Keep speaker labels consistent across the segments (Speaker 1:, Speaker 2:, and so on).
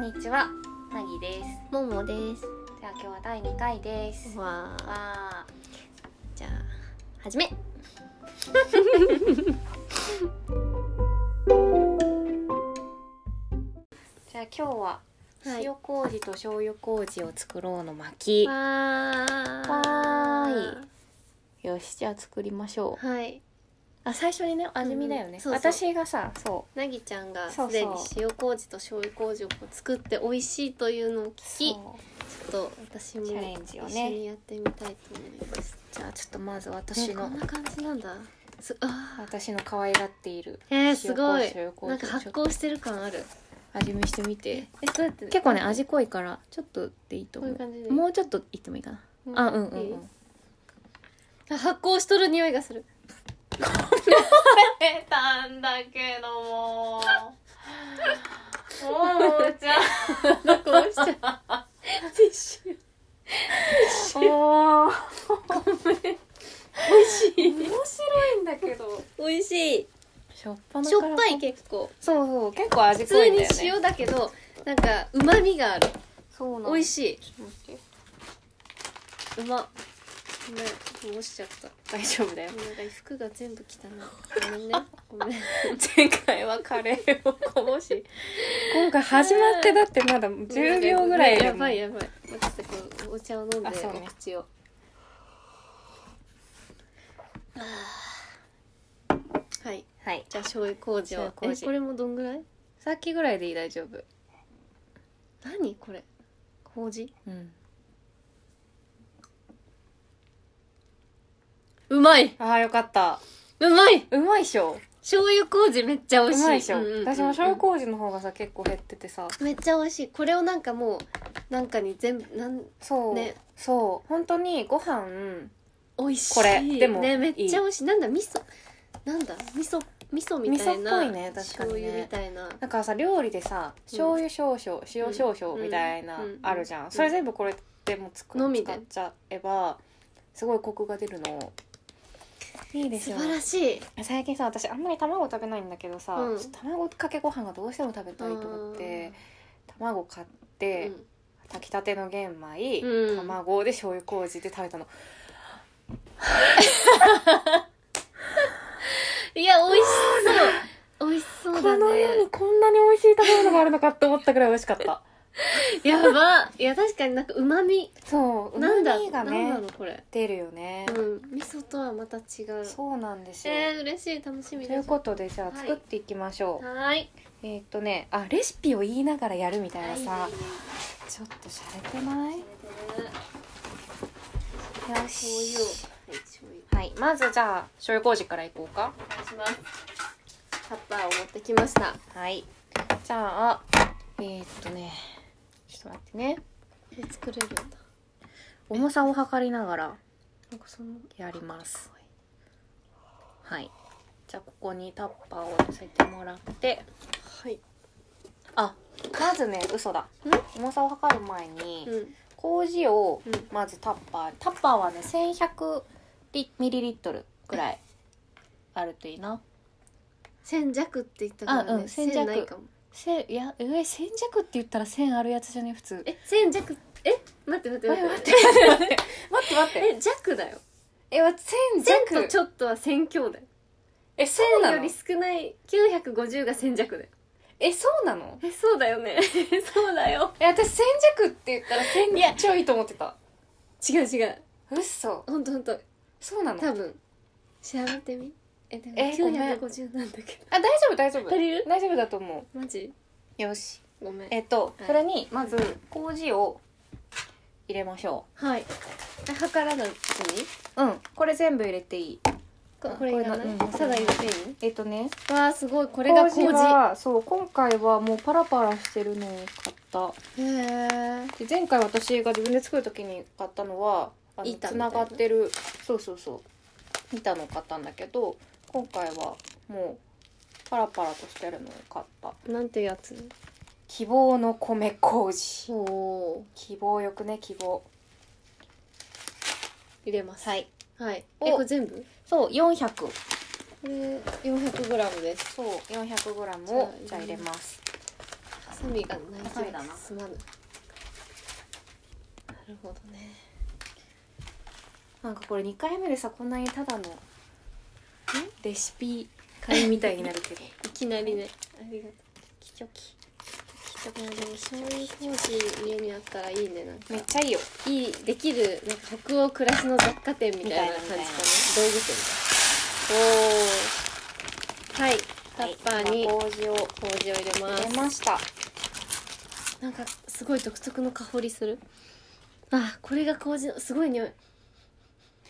Speaker 1: にちは、なぎです。
Speaker 2: ももです。
Speaker 1: じゃあ今日は第2回です。わ
Speaker 2: わあ、
Speaker 1: あ、
Speaker 2: じゃあ始 め。
Speaker 1: じゃあ今日は
Speaker 2: はい
Speaker 1: 塩麹と醤油麹を作ろうの巻。
Speaker 2: わー
Speaker 1: わーよし、じゃあ作りましょう。
Speaker 2: はい。
Speaker 1: あ、最初にね、味見だよ
Speaker 2: うんう
Speaker 1: ね
Speaker 2: ん。そうそう
Speaker 1: 私がさ、そ
Speaker 2: なぎちゃんが
Speaker 1: そうそう
Speaker 2: すでに塩麹と醤油麹をこう作って美味しいというのを
Speaker 1: う。
Speaker 2: 聞き、ちょ
Speaker 1: そう
Speaker 2: っと私も
Speaker 1: チャレンジをね
Speaker 2: 一緒にやってみたいと思います。
Speaker 1: じゃあちょっとまず
Speaker 2: ね、
Speaker 1: 私
Speaker 2: こ
Speaker 1: の
Speaker 2: ん、な感じなんだ。すあ
Speaker 1: 私の可愛がっている。
Speaker 2: ー、えー、すごい
Speaker 1: 塩。麹
Speaker 2: なんか発酵してる感ある。
Speaker 1: 味見してみて。
Speaker 2: え、どうやって？
Speaker 1: 結構ね、味濃いから、ちょっとでいいと
Speaker 2: こ
Speaker 1: 思
Speaker 2: ういう
Speaker 1: う。
Speaker 2: 感じで。
Speaker 1: もうちょっといってもいいかな。
Speaker 2: うん
Speaker 1: あ、うんうん
Speaker 2: いい
Speaker 1: うん。
Speaker 2: あ発酵しとる匂いがする。これたんだけど
Speaker 1: も
Speaker 2: も。
Speaker 1: もちゃん。
Speaker 2: こうしちゃう。ティッシュ。
Speaker 1: おお。
Speaker 2: 美味しい。
Speaker 1: 面白いんだけど。
Speaker 2: 美味しい。
Speaker 1: しょっぱな
Speaker 2: しょっぱい結構。
Speaker 1: そうそう結構味
Speaker 2: 普
Speaker 1: 濃
Speaker 2: 通
Speaker 1: いん
Speaker 2: に
Speaker 1: だよね
Speaker 2: 塩だけど、なんか旨味がある。
Speaker 1: そうなの
Speaker 2: 美味
Speaker 1: し
Speaker 2: しい。
Speaker 1: いう
Speaker 2: ま。ごめん、落ちちゃった。
Speaker 1: 大丈夫だよ
Speaker 2: なんか服が全部汚 い。ごめんね。ごめん。
Speaker 1: 前回はカレーをこぼし今回始まってだってまだ10秒ぐらいで
Speaker 2: や
Speaker 1: も
Speaker 2: ばいやばい。私たちこうお茶を飲んで
Speaker 1: あそうね
Speaker 2: お口を。はい。
Speaker 1: はい
Speaker 2: じゃあ醤油麹を。
Speaker 1: 醤油
Speaker 2: え
Speaker 1: 麹
Speaker 2: これもどんぐらい？
Speaker 1: さっきぐらいでいい大丈夫
Speaker 2: 何これ？麹？
Speaker 1: うん
Speaker 2: うまい。
Speaker 1: ああよかった
Speaker 2: うまいう
Speaker 1: まいっしょ
Speaker 2: 醤油麹めっちゃ美
Speaker 1: う
Speaker 2: 味しい。
Speaker 1: まいっしょ
Speaker 2: んんん
Speaker 1: 私も醤油麹の方がさ結構減っててさ
Speaker 2: めっちゃ美味しい。これをなんかもうなんかに全部なん
Speaker 1: そう
Speaker 2: ね
Speaker 1: そう本当にご飯
Speaker 2: 美味しい。
Speaker 1: これでも
Speaker 2: ねめっちゃ美味しい。なんだ味噌なんだ味噌味噌みたいな。
Speaker 1: 味噌っぽいね確かにね
Speaker 2: 醤油みたいな。
Speaker 1: なんかさ料理でさ醤油少々、塩少々みたいな
Speaker 2: うん
Speaker 1: あるじゃん、
Speaker 2: うん
Speaker 1: それ全部これでもつく
Speaker 2: のみで
Speaker 1: 使っちゃえばすごいコクが出るのいいです
Speaker 2: 素
Speaker 1: よ
Speaker 2: 晴らしい。
Speaker 1: 最近さ私あんまり卵食べないんだけどさ、
Speaker 2: うん
Speaker 1: ちょっと卵かけご飯がどうしても食べたいと思って卵買って、炊きたての玄米、
Speaker 2: うん
Speaker 1: 卵で醤油麹で食べたの
Speaker 2: うんいや美味しそう 美味しそうだ
Speaker 1: この世
Speaker 2: ね
Speaker 1: にこんなに美味しい食べ物があるのかって思ったぐらい美味しかった
Speaker 2: やばいや確かになんか旨味
Speaker 1: そう
Speaker 2: なんだ
Speaker 1: うまみが
Speaker 2: なんな
Speaker 1: ね
Speaker 2: のこれ
Speaker 1: 出るよね、
Speaker 2: うん味噌とはまた違う
Speaker 1: そうなんですよ、
Speaker 2: えー、嬉しい楽しみ
Speaker 1: とい
Speaker 2: で
Speaker 1: う
Speaker 2: す
Speaker 1: ことでじゃ
Speaker 2: は
Speaker 1: あ
Speaker 2: い
Speaker 1: 作っていきましょう、
Speaker 2: はーい
Speaker 1: えーっとねあレシピを言いながらやるみたいなさ、
Speaker 2: はい
Speaker 1: ちょっと洒落てないよ
Speaker 2: 醤
Speaker 1: し
Speaker 2: 油をはい醤油
Speaker 1: はいまずじゃあ醤油麹からいこうか
Speaker 2: お願いしますタッパーを持ってきました
Speaker 1: はいじゃあえーっとねちょっと待ってね
Speaker 2: で作れるんだ
Speaker 1: 重さを測りながら
Speaker 2: なんかその
Speaker 1: やりますはいじゃあここにタッパーを乗せてもらって
Speaker 2: はい
Speaker 1: あまずね嘘だ重さを測る前に、
Speaker 2: うん
Speaker 1: 麹を
Speaker 2: うん
Speaker 1: まずタッパータッパーはね1100リミリリットルぐらいあるといいな
Speaker 2: 千弱って言ったからね、
Speaker 1: あうん千弱
Speaker 2: ないかも
Speaker 1: せいや上千弱って言ったら千あるやつじゃね普通
Speaker 2: え千弱え待って待っ
Speaker 1: 待
Speaker 2: て待
Speaker 1: っ
Speaker 2: って
Speaker 1: 待ってて待って待って待って
Speaker 2: え弱だよ
Speaker 1: え千
Speaker 2: 千と
Speaker 1: 弱
Speaker 2: ちょっとは千兄弟
Speaker 1: えそ
Speaker 2: 千
Speaker 1: うな
Speaker 2: よ
Speaker 1: の
Speaker 2: り少ない950が千弱だよ
Speaker 1: えそうなの
Speaker 2: えそうだよね そうだよ
Speaker 1: え私千弱って言ったら
Speaker 2: い
Speaker 1: 千
Speaker 2: や
Speaker 1: ちょいと思ってた
Speaker 2: 違う違う
Speaker 1: 嘘
Speaker 2: ほんとほんと
Speaker 1: そうなの
Speaker 2: 多分調べてみえでも
Speaker 1: えごめん
Speaker 2: 950なんだけ
Speaker 1: あ大丈夫大丈夫
Speaker 2: 足りる
Speaker 1: 大丈夫だと思
Speaker 2: どマジ
Speaker 1: うよし
Speaker 2: ごめん
Speaker 1: えっと
Speaker 2: はい
Speaker 1: それにまず麹を入れましょ
Speaker 2: はいえ測らなくていい
Speaker 1: うんうんこれ全部入れていい
Speaker 2: こ
Speaker 1: あ
Speaker 2: これいらな
Speaker 1: これ
Speaker 2: い
Speaker 1: なうん
Speaker 2: ただ入れていい
Speaker 1: えっとね
Speaker 2: わあすごいこ
Speaker 1: こ
Speaker 2: れが麹
Speaker 1: そう今回はもうパラパラしてるのを買った
Speaker 2: へえ
Speaker 1: で前回私が自分で作る時に買ったのはあの
Speaker 2: 板
Speaker 1: つ
Speaker 2: みた
Speaker 1: ない
Speaker 2: な
Speaker 1: がってるそうそうそう板のを買ったんだけど今回はもうパラパラとしてるのを買った
Speaker 2: なんてやつ
Speaker 1: 希望の米麹
Speaker 2: おお
Speaker 1: 希望よくね希望
Speaker 2: 入れます
Speaker 1: はい
Speaker 2: はい
Speaker 1: お
Speaker 2: えこれ全部
Speaker 1: そう400
Speaker 2: これ 400g です
Speaker 1: そう 400g を
Speaker 2: じ
Speaker 1: じ
Speaker 2: ゃ
Speaker 1: ゃあ入
Speaker 2: あ入れ
Speaker 1: れ
Speaker 2: ま
Speaker 1: ます
Speaker 2: さ罪がない
Speaker 1: 罪だな
Speaker 2: すまぬなるほどね
Speaker 1: なんかこれ2回目でさこんなにただのレシピ会みたいになる けど
Speaker 2: いきなりねありがとうキチョキキチョキまあでも醤油麹のようになったらいいねなんか
Speaker 1: めっちゃいいよ
Speaker 2: いいできるなんか北欧暮らしの雑貨店みたいな感じかな
Speaker 1: みたいなみたいな
Speaker 2: 道具店だおーはいタッパーに
Speaker 1: はい麹を
Speaker 2: 麹を入れます
Speaker 1: 入れました
Speaker 2: なんかすごい独特の香りするあこれが麹のすごい匂い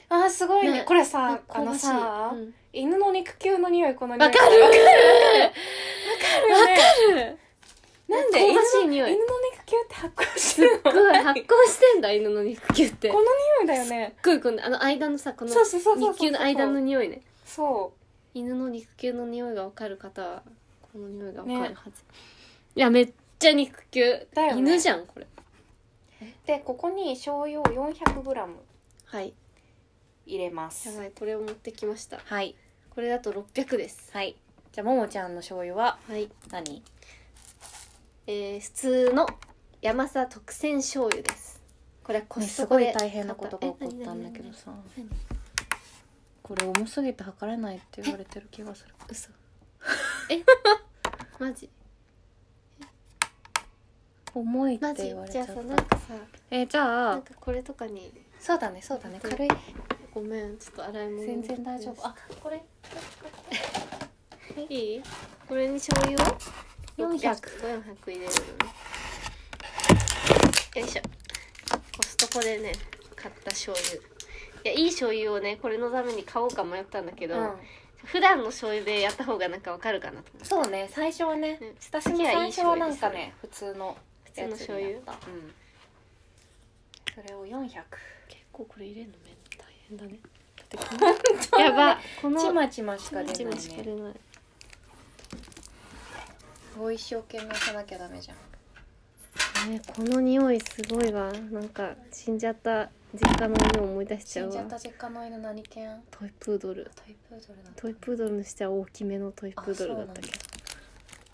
Speaker 1: あーすごいね
Speaker 2: ね
Speaker 1: これさ
Speaker 2: 香
Speaker 1: あ
Speaker 2: ば
Speaker 1: の
Speaker 2: しい
Speaker 1: さ、
Speaker 2: うん
Speaker 1: 犬の肉球の匂いこの匂い
Speaker 2: わかるわか
Speaker 1: るよね
Speaker 2: る
Speaker 1: なんで
Speaker 2: 香
Speaker 1: 犬の
Speaker 2: ばしい匂い
Speaker 1: 犬の肉球って発酵してるの
Speaker 2: すごい
Speaker 1: こ
Speaker 2: 発酵してんだ犬の肉球ってすっ
Speaker 1: の匂いだよね
Speaker 2: ごいこのあの間のさこの
Speaker 1: そうそうそうそうそう
Speaker 2: 肉球の間の匂いね
Speaker 1: そ
Speaker 2: 犬の肉球の匂いがわかる方はこの匂いがわか
Speaker 1: ね
Speaker 2: るはず、いやめっちゃ肉球
Speaker 1: だよね
Speaker 2: 犬じゃんこれ
Speaker 1: うでここに醤油を 400g
Speaker 2: はい
Speaker 1: 入れます
Speaker 2: やばいこれを持ってきました
Speaker 1: はい
Speaker 2: これだと600です
Speaker 1: はいじゃあももちゃんの醤油は
Speaker 2: はい
Speaker 1: 何
Speaker 2: えー、普通の山佐特選醤油ですこれはコ
Speaker 1: ね
Speaker 2: ス
Speaker 1: す
Speaker 2: トコ
Speaker 1: ご
Speaker 2: で
Speaker 1: い大変なことが起こったんだけどさ
Speaker 2: 買ったえ何何何
Speaker 1: これ重すぎて測れないって言われてる気がする
Speaker 2: 嘘えマジ
Speaker 1: 重いって
Speaker 2: マジ
Speaker 1: 言われち
Speaker 2: じ
Speaker 1: ゃ
Speaker 2: ゃあ
Speaker 1: っ
Speaker 2: さ
Speaker 1: た
Speaker 2: なんかさ
Speaker 1: えーじゃ
Speaker 2: な
Speaker 1: あ
Speaker 2: んかこれとかに
Speaker 1: そうだねそうだね軽い
Speaker 2: ごめんちょっと洗い物
Speaker 1: 全然大丈夫あこれ
Speaker 2: いいこれに醤油を
Speaker 1: 400
Speaker 2: 400入れるのねよいしょコストコでね買った醤油いやいい醤油をねこれのために買おうか迷ったんだけど、普段の醤油でやった方がなんかわかるかなと思って
Speaker 1: そうね最初はね
Speaker 2: うん
Speaker 1: 親しみ
Speaker 2: 最
Speaker 1: 最初
Speaker 2: 初は
Speaker 1: はい
Speaker 2: い醤
Speaker 1: な
Speaker 2: 油で
Speaker 1: ん
Speaker 2: す
Speaker 1: かね普通の
Speaker 2: 普通の醤油
Speaker 1: やつになったうんそれを400
Speaker 2: 結構これ入れるのめん大変 だねやばこの
Speaker 1: ちまちましか
Speaker 2: ち
Speaker 1: 出
Speaker 2: ま
Speaker 1: ない
Speaker 2: ちましか
Speaker 1: ね
Speaker 2: 出ない
Speaker 1: すごい一生懸命押さなきゃダメじゃん
Speaker 2: ねこの匂いすごいわなんか死んじゃった実家の犬を思い出しち
Speaker 1: 死
Speaker 2: ゃうん
Speaker 1: じゃ
Speaker 2: わ
Speaker 1: った実家の犬何犬
Speaker 2: トイプードル
Speaker 1: トイプードルだった
Speaker 2: トイプードルにしては大きめのトイプードルだったけ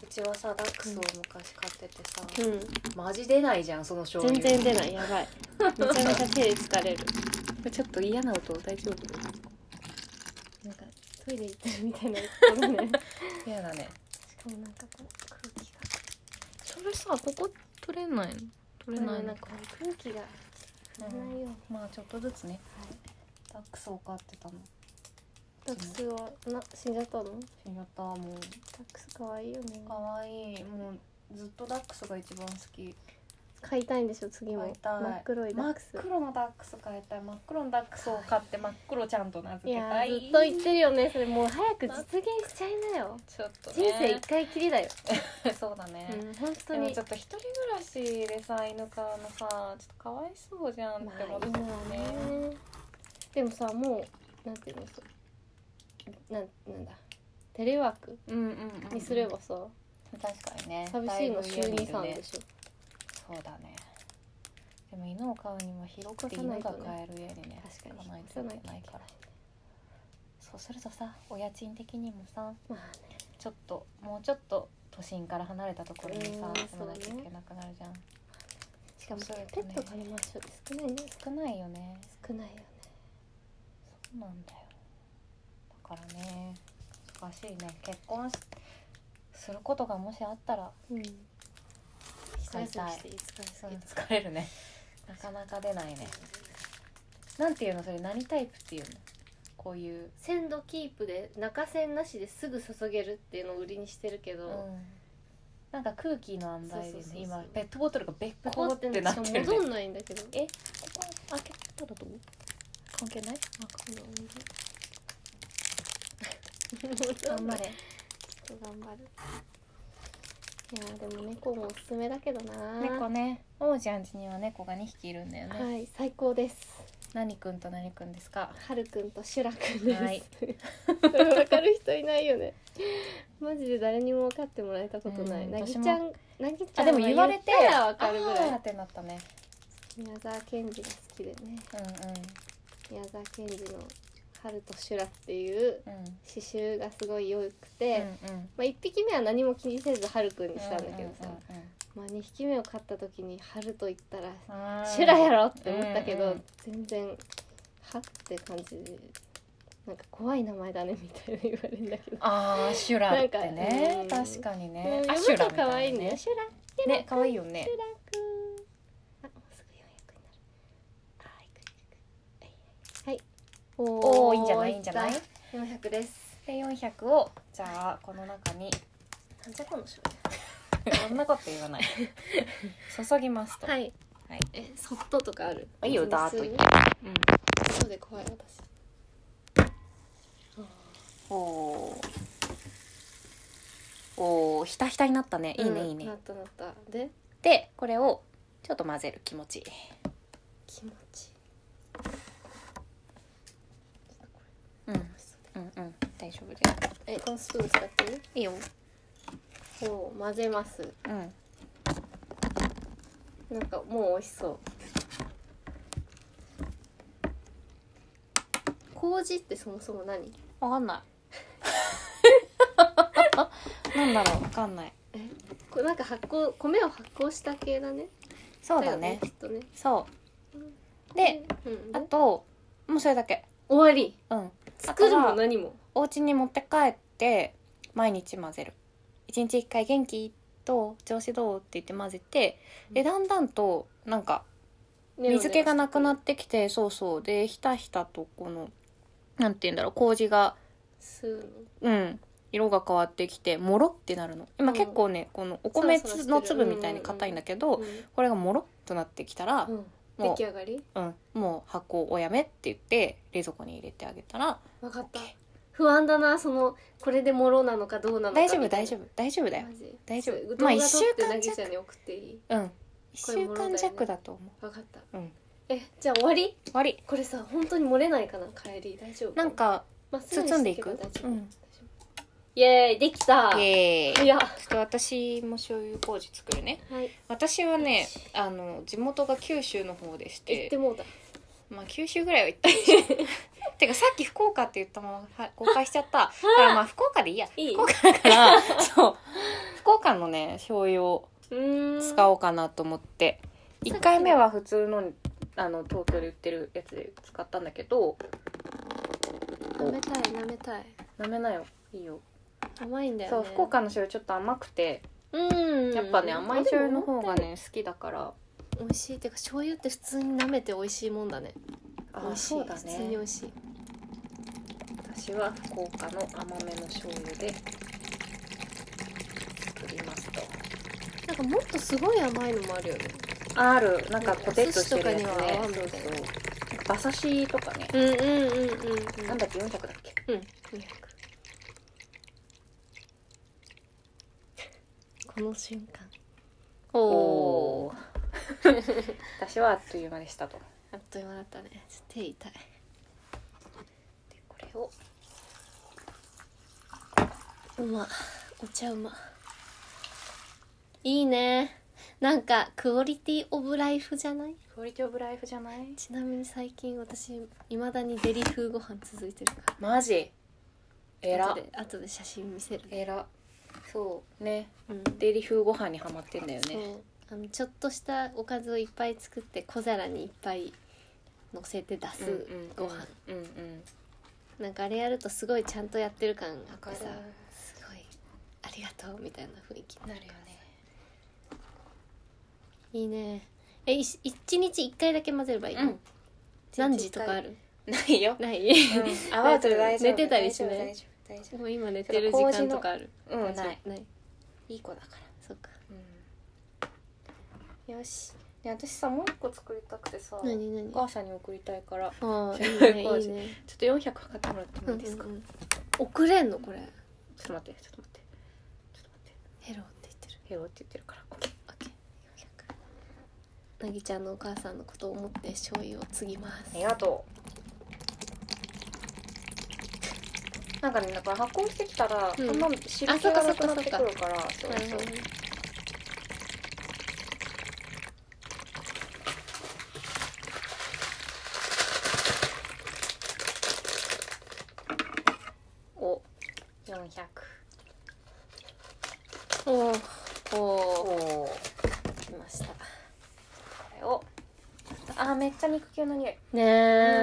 Speaker 1: うちはさダックスを昔飼っててさ
Speaker 2: どうん
Speaker 1: マジ出ないじゃんその醤
Speaker 2: 全
Speaker 1: 油
Speaker 2: 然出ないやばいめちゃめちゃ手で疲れる
Speaker 1: ちょっと嫌な音大丈夫
Speaker 2: なんかトイレ行ってるみたいな 音ねし
Speaker 1: 嫌だね
Speaker 2: かもなんかこう空気が
Speaker 3: それさここ取れないの取れない
Speaker 2: なん
Speaker 3: の
Speaker 2: かこう空気が
Speaker 1: う
Speaker 2: 触
Speaker 1: ん
Speaker 2: らないように
Speaker 1: まあちょっとずつねダックスを飼ってたの
Speaker 2: ダックスはな死んじゃったのダッ
Speaker 1: 死んじゃったもう
Speaker 2: クス可愛いよね
Speaker 1: 可愛いもうずっとダックスが一番好き
Speaker 2: 飼いたいんでしょ次
Speaker 1: 飼
Speaker 2: も
Speaker 1: いたい
Speaker 2: 真っ黒いダ
Speaker 1: 真
Speaker 2: ッ
Speaker 1: っ
Speaker 2: クス
Speaker 1: 黒のダックス飼いたい真っ黒のダックスを飼って真っ黒ちゃんと名付
Speaker 2: い
Speaker 1: け
Speaker 2: や
Speaker 1: たい
Speaker 2: ーずっと言ってるよねそれもう早く実現しちゃいなよ
Speaker 1: ちょっとね
Speaker 2: 人生一回きりだよ、
Speaker 1: そうだね、
Speaker 2: うん本当
Speaker 1: でも
Speaker 2: に
Speaker 1: ちょっと一人暮らしでさ犬飼うのさちょっとかわいそうじゃんっ
Speaker 2: ま
Speaker 1: て思っ
Speaker 2: あ
Speaker 1: て
Speaker 2: 今はねでもさもうなんていうのそうなんなんだテレワーク
Speaker 1: うんうんうん
Speaker 2: にすればさ、
Speaker 1: 確かにね
Speaker 2: 寂しいの週
Speaker 1: だぶ家に
Speaker 2: に
Speaker 1: る
Speaker 2: さん
Speaker 1: ね
Speaker 2: でしょ
Speaker 1: そうだねでも犬を飼うには広くて
Speaker 2: 貸さな
Speaker 1: 犬
Speaker 2: いと
Speaker 1: が
Speaker 2: ね
Speaker 1: 飼える家にね
Speaker 2: 確か
Speaker 1: 貸
Speaker 2: に
Speaker 1: さないと
Speaker 2: 貸さないきゃい
Speaker 1: け
Speaker 2: け
Speaker 1: な
Speaker 2: ないい
Speaker 1: からそうするとさお家賃的にもさ
Speaker 2: まあね
Speaker 1: ちょっともうちょっと都心から離れたところに
Speaker 2: う
Speaker 1: さ
Speaker 2: ん
Speaker 1: 住まなきゃ
Speaker 2: そう
Speaker 1: い
Speaker 2: ね
Speaker 1: けなくなるじゃん
Speaker 2: しかも
Speaker 1: そうだね
Speaker 2: ペット飼いましょう少ないんじゃない
Speaker 1: 少ないよね
Speaker 2: 少ないよね
Speaker 1: そうなんだよだからね難しいね結婚しすることがもしあったら
Speaker 2: うん
Speaker 1: 一回
Speaker 2: 一回していつか
Speaker 1: うん疲れるねなかなか出ないねなんていうのそれ何タイプっていうのこういう
Speaker 2: 鮮度キープで中線なしですぐ注げるっていうのを売りにしてるけど、
Speaker 1: うんなんか空気の塩梅で
Speaker 2: そう
Speaker 1: ね
Speaker 2: そうそうそう
Speaker 1: 今ペットボトルがべっ
Speaker 2: こ
Speaker 1: こ
Speaker 2: こ
Speaker 1: っ
Speaker 2: って
Speaker 1: てなってる、ね、
Speaker 2: 戻んないんだ けど
Speaker 1: えここ開けたらどう関係ない頑張れ
Speaker 2: 頑張るいやーでも猫もおすすめだけどな
Speaker 1: 猫ね王子ちゃん家には猫が2匹いるんだよね、
Speaker 2: はい最高です
Speaker 1: 何くんと何くんですか
Speaker 2: はるくんとしゅらくんです、
Speaker 1: はい
Speaker 2: それ分かる人いないよねマジで誰にも分かってもらえたことない、
Speaker 1: うん
Speaker 2: なぎ
Speaker 1: 私
Speaker 2: ち
Speaker 1: も
Speaker 2: ゃんなぎち
Speaker 1: あ
Speaker 2: ゃん
Speaker 1: でも言われて
Speaker 2: は言ったら分かるぐら
Speaker 1: あー
Speaker 2: い
Speaker 1: ってなったね
Speaker 2: 宮沢賢治が好きでね
Speaker 1: う
Speaker 2: 宮沢賢治の「春と修羅」っていう
Speaker 1: うんうん
Speaker 2: 刺繍がすごい良く
Speaker 1: う
Speaker 2: て、
Speaker 1: んうん
Speaker 2: まあ、1匹目は何も気にせず春くんにしたんだけど
Speaker 1: う
Speaker 2: さ、
Speaker 1: んうんうん
Speaker 2: まあ、2匹目を飼った時に春と言ったら
Speaker 1: うん
Speaker 2: 修羅やろって思ったけど、
Speaker 1: うんうん
Speaker 2: 全然はって感じでなんか怖い名前だねみたいな言われるんだけど。
Speaker 1: ああシュラって
Speaker 2: な
Speaker 1: ね
Speaker 2: んかうん
Speaker 1: 確かに
Speaker 2: う
Speaker 1: ね
Speaker 2: ん
Speaker 1: あ
Speaker 2: 呼
Speaker 1: シュ
Speaker 2: ぶ
Speaker 1: ラみ
Speaker 2: と
Speaker 1: た
Speaker 2: 可愛い
Speaker 1: な
Speaker 2: ね。シュラシュラ
Speaker 1: ね可愛いよね
Speaker 2: シュラくん。あ、もうすぐ400になる。あ、いくいくいく。はい。
Speaker 1: お
Speaker 2: お
Speaker 1: おいいんじゃないいいんじゃない
Speaker 2: 400です。
Speaker 1: で400をじゃあこの中に
Speaker 2: なんじゃこの醤
Speaker 1: こんなこと言わ ない注ぎますと、
Speaker 2: 油。はい。
Speaker 1: はい
Speaker 2: え、そっととかある。
Speaker 1: いいよダーッと
Speaker 2: 普通に
Speaker 3: うん
Speaker 2: そうで怖い私。
Speaker 1: おおおおひたひたになったねいいね、
Speaker 2: うん
Speaker 1: いいね
Speaker 2: なったなった。で、
Speaker 1: でこれをちょっと混ぜる気持ちいい
Speaker 2: 気持ちいい。ちょっとこ
Speaker 1: うん
Speaker 2: れ美味しそうだ
Speaker 1: うんうん大丈夫だよ
Speaker 2: え、このスプーン使っていい
Speaker 1: いいよ
Speaker 2: こう混ぜます。
Speaker 1: うん
Speaker 2: なんかもう美味しそう。麹ってそもそも何？
Speaker 1: わかんない なんだろうわかんない
Speaker 2: これなんか発酵米を発酵した系だね。
Speaker 1: そうだね
Speaker 2: きっとね。
Speaker 1: そうで、
Speaker 2: うん、
Speaker 1: あ
Speaker 2: あ
Speaker 1: ともうそれだけ
Speaker 2: 終わり。
Speaker 1: うん
Speaker 2: 作る
Speaker 1: あと
Speaker 2: も
Speaker 1: は
Speaker 2: 何も。
Speaker 1: お家に持って帰って毎日混ぜる一日一回元気と調子どうって言って混ぜてでだんだんとなんか水気がなくな
Speaker 2: っ
Speaker 1: ってきてそうそうでひたひたとこのなんて言うんだろう麹が
Speaker 2: 吸うの。
Speaker 1: うん色が変わってきてもろってなるの今
Speaker 2: うん
Speaker 1: 結構ね、このお米
Speaker 2: サラサラしてる
Speaker 1: の粒みたいに硬いんだけど、
Speaker 2: う
Speaker 1: これがもろっとなってきたら、
Speaker 2: んうん出
Speaker 1: も
Speaker 2: 来上がり？
Speaker 1: う、うん、もう箱をやめって言って冷蔵庫に入れてあげたら
Speaker 2: わかった
Speaker 1: オッケー。
Speaker 2: 不安だなそのこれでもろなのかどうなのか
Speaker 1: 大丈夫
Speaker 2: みた
Speaker 1: 大
Speaker 2: いな
Speaker 1: 丈夫大丈夫だよ
Speaker 2: マジ
Speaker 1: 大丈夫
Speaker 2: そう
Speaker 1: まあ
Speaker 2: 動画撮っ
Speaker 1: 一
Speaker 2: て
Speaker 1: 週間
Speaker 2: なぎちゃんに送っていい
Speaker 1: うん
Speaker 2: こ
Speaker 1: 1
Speaker 2: れ
Speaker 1: 週
Speaker 2: もろだよね
Speaker 1: 間弱だと思う
Speaker 2: わかった
Speaker 1: うん
Speaker 2: えじゃあ終わり
Speaker 1: 終わり
Speaker 2: これさ本当に漏れないかな帰り大丈夫
Speaker 1: なんか
Speaker 2: まっすぐに
Speaker 1: 包んでいく
Speaker 2: しとけば大丈夫
Speaker 1: うん
Speaker 2: イエーイできた
Speaker 1: イ
Speaker 2: い
Speaker 1: エーイ
Speaker 2: や
Speaker 1: ちょっと私も醤油麹作るね
Speaker 2: はい
Speaker 1: 私はねあの地元が九州の方でし
Speaker 2: 行っててもうだ
Speaker 1: まあ九州ぐらいは行ったでし ょてかさっき福岡って言ったま まは公開しちゃっただからまあ福岡でいいや
Speaker 2: いい
Speaker 1: 福岡だから そう福岡のね醤油を
Speaker 2: うーん
Speaker 1: 使おうかなと思って
Speaker 2: うん
Speaker 1: 1回目は普通のあの東京で売ってるやつで使ったんだけど
Speaker 2: 舐めたい舐めたい
Speaker 1: 舐めなよいいよ
Speaker 2: 甘いんだよ
Speaker 1: そ
Speaker 2: ね
Speaker 1: う福岡の醤油ちょっと甘くて
Speaker 2: うん
Speaker 1: やっぱね甘い醤油の方が
Speaker 2: あでも
Speaker 1: ね好きだから
Speaker 2: 美味しいてか醤油って普通に舐めて美味しいもんだね美
Speaker 1: あ
Speaker 2: 味しい
Speaker 1: そうだ
Speaker 2: 普通に美
Speaker 1: ね
Speaker 2: 味しい
Speaker 1: 私は福岡の甘めの醤油で作りますと
Speaker 2: なんかもっとすごい甘いのもあるよね
Speaker 1: あるなんかポテッとしてるやつね
Speaker 2: お寿司とかには合わんのだよ
Speaker 1: そうなんか馬刺しとかね
Speaker 2: うんうんうんうんうん
Speaker 1: なんだっけ400だっけ
Speaker 2: うん、この瞬間。おお
Speaker 1: ー、 私はあっという間でしたと
Speaker 2: あっという間だったね。ちょっと手痛い。
Speaker 1: でこれを
Speaker 2: うま、お茶うま。いいね。なんかクオリティオブライフじゃない？
Speaker 1: クオリティオブライフじゃない
Speaker 2: ちなみに最近私いまだにデリ風ご飯続いてるから。
Speaker 1: マジえら
Speaker 2: 後で後で写真見せるね。
Speaker 1: えらそうね
Speaker 2: うん。
Speaker 1: デイリー風ご飯にハマってんだよね
Speaker 2: そうあのちょっとしたおかずをいっぱい作って小皿にいっぱい乗せて出すご飯。
Speaker 1: うんうん
Speaker 2: なんかあれやるとすごいちゃんとやってる感があってさ
Speaker 1: わかる
Speaker 2: すごいありがとうみたいな雰囲気に
Speaker 1: な
Speaker 2: な
Speaker 1: る
Speaker 2: る
Speaker 1: よ
Speaker 2: よ
Speaker 1: ね
Speaker 2: ねいいねえいし一日一回だけ混ぜればいい、
Speaker 1: うん
Speaker 2: 何時とかある
Speaker 1: ないよ
Speaker 2: な い、
Speaker 1: う ん泡と大丈夫
Speaker 2: 寝てたりしない
Speaker 1: 大丈夫大丈
Speaker 2: もう今寝てる時間とかある
Speaker 1: 夫うんない
Speaker 2: ない
Speaker 1: いい子だから
Speaker 2: そっか
Speaker 1: うんよしね私さもう一個作りたくてさお
Speaker 2: 何何あ
Speaker 1: 母さんに送りたいから
Speaker 2: あいい ねいいね
Speaker 1: ちょっと400測ってもらって
Speaker 2: う
Speaker 1: もい
Speaker 2: ん
Speaker 1: いですか、
Speaker 2: う
Speaker 1: ちょ
Speaker 2: んうん送れんのこれ
Speaker 1: っと待ってちょっと待ってちょっと待って
Speaker 2: ヘローって言ってる
Speaker 1: ヘローって言ってるからオッケー
Speaker 2: オッケー400なぎちゃんのお母さんのことを思って醤油を継ぎます
Speaker 1: ありがとう。なんかね、だから発酵してきたら、
Speaker 2: うん
Speaker 1: あんま汁気がなくなってくるから、そう
Speaker 2: なる
Speaker 1: そ
Speaker 2: ほ
Speaker 1: う
Speaker 2: ど。ね
Speaker 1: お、400。
Speaker 2: お
Speaker 1: お
Speaker 2: ー
Speaker 1: おー。
Speaker 2: きましたこれを
Speaker 1: あーめっちゃ肉球の匂い
Speaker 2: ねえ、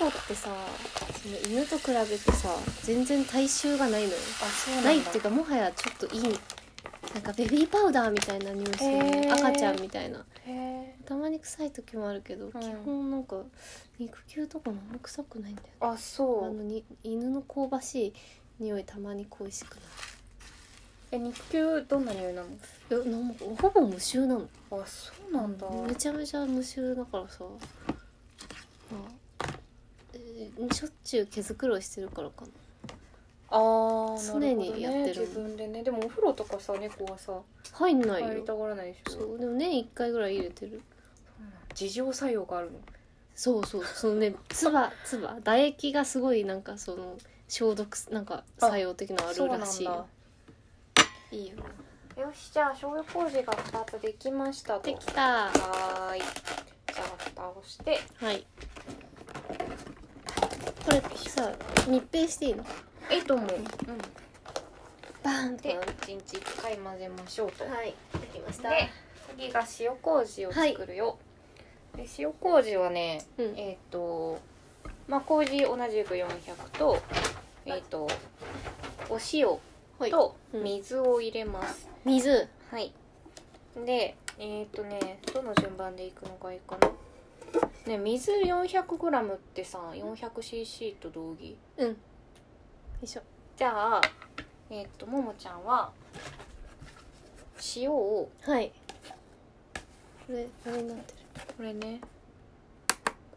Speaker 1: 猫ってさあ
Speaker 2: その犬と比べてさ全然体臭がないのよ
Speaker 1: そうなんだ
Speaker 2: ないっていうかもはやちょっといいなんかベビーパウダーみたいな匂いする、ね
Speaker 1: へー
Speaker 2: 赤ちゃんみたいな
Speaker 1: へえ
Speaker 2: たまに臭い時もあるけど、基本なんか肉球とかもあんま臭くないんだよね
Speaker 1: あ
Speaker 2: あ
Speaker 1: そう
Speaker 2: のに犬の香ばしい匂いたまに恋しくな
Speaker 1: え肉球どんな匂いなの
Speaker 2: るいやなんかほぼ無臭なの
Speaker 1: あそうなんだ
Speaker 2: めちゃめちゃ無臭だからさ、まあえーしょっちゅう毛づくろいしてるからかな
Speaker 1: あーなるほど
Speaker 2: 常に
Speaker 1: ね
Speaker 2: やってる
Speaker 1: 自分でねでもお風呂とかさ猫はさ
Speaker 2: 入んない
Speaker 1: 入り
Speaker 2: よ
Speaker 1: たがらないでしょ
Speaker 2: そうでも年一回ぐらい入れてる
Speaker 1: 自浄作用があるの
Speaker 2: そうそうその ね唾唾唾液がすごいなんかその消毒なんか作用的なのあるらしいよいいよ
Speaker 1: よしじゃあ醤油麹が2つできましたと
Speaker 2: でき
Speaker 1: は
Speaker 2: た
Speaker 1: ーいじゃあ蓋をして
Speaker 2: はい。これさ、密閉していいの？
Speaker 1: えっともう、
Speaker 2: バーンっ
Speaker 1: で
Speaker 2: て。は
Speaker 1: 1日1回混ぜましょうと、
Speaker 2: い、できまし
Speaker 1: で次が塩麹を作るよ、で塩麹はね
Speaker 2: うん、
Speaker 1: えっ、とまあ麹同じく400とえっ、とお塩
Speaker 2: はい。
Speaker 1: と
Speaker 2: うん
Speaker 1: 水を入れます、
Speaker 2: 水。
Speaker 1: はいでえっ、とねどの順番でいくのがいいかなね水 400g ってさ 400cc と同義
Speaker 2: うん。一緒。
Speaker 1: じゃあえっ、とももちゃんは塩を
Speaker 2: はい。これあれになって
Speaker 1: これね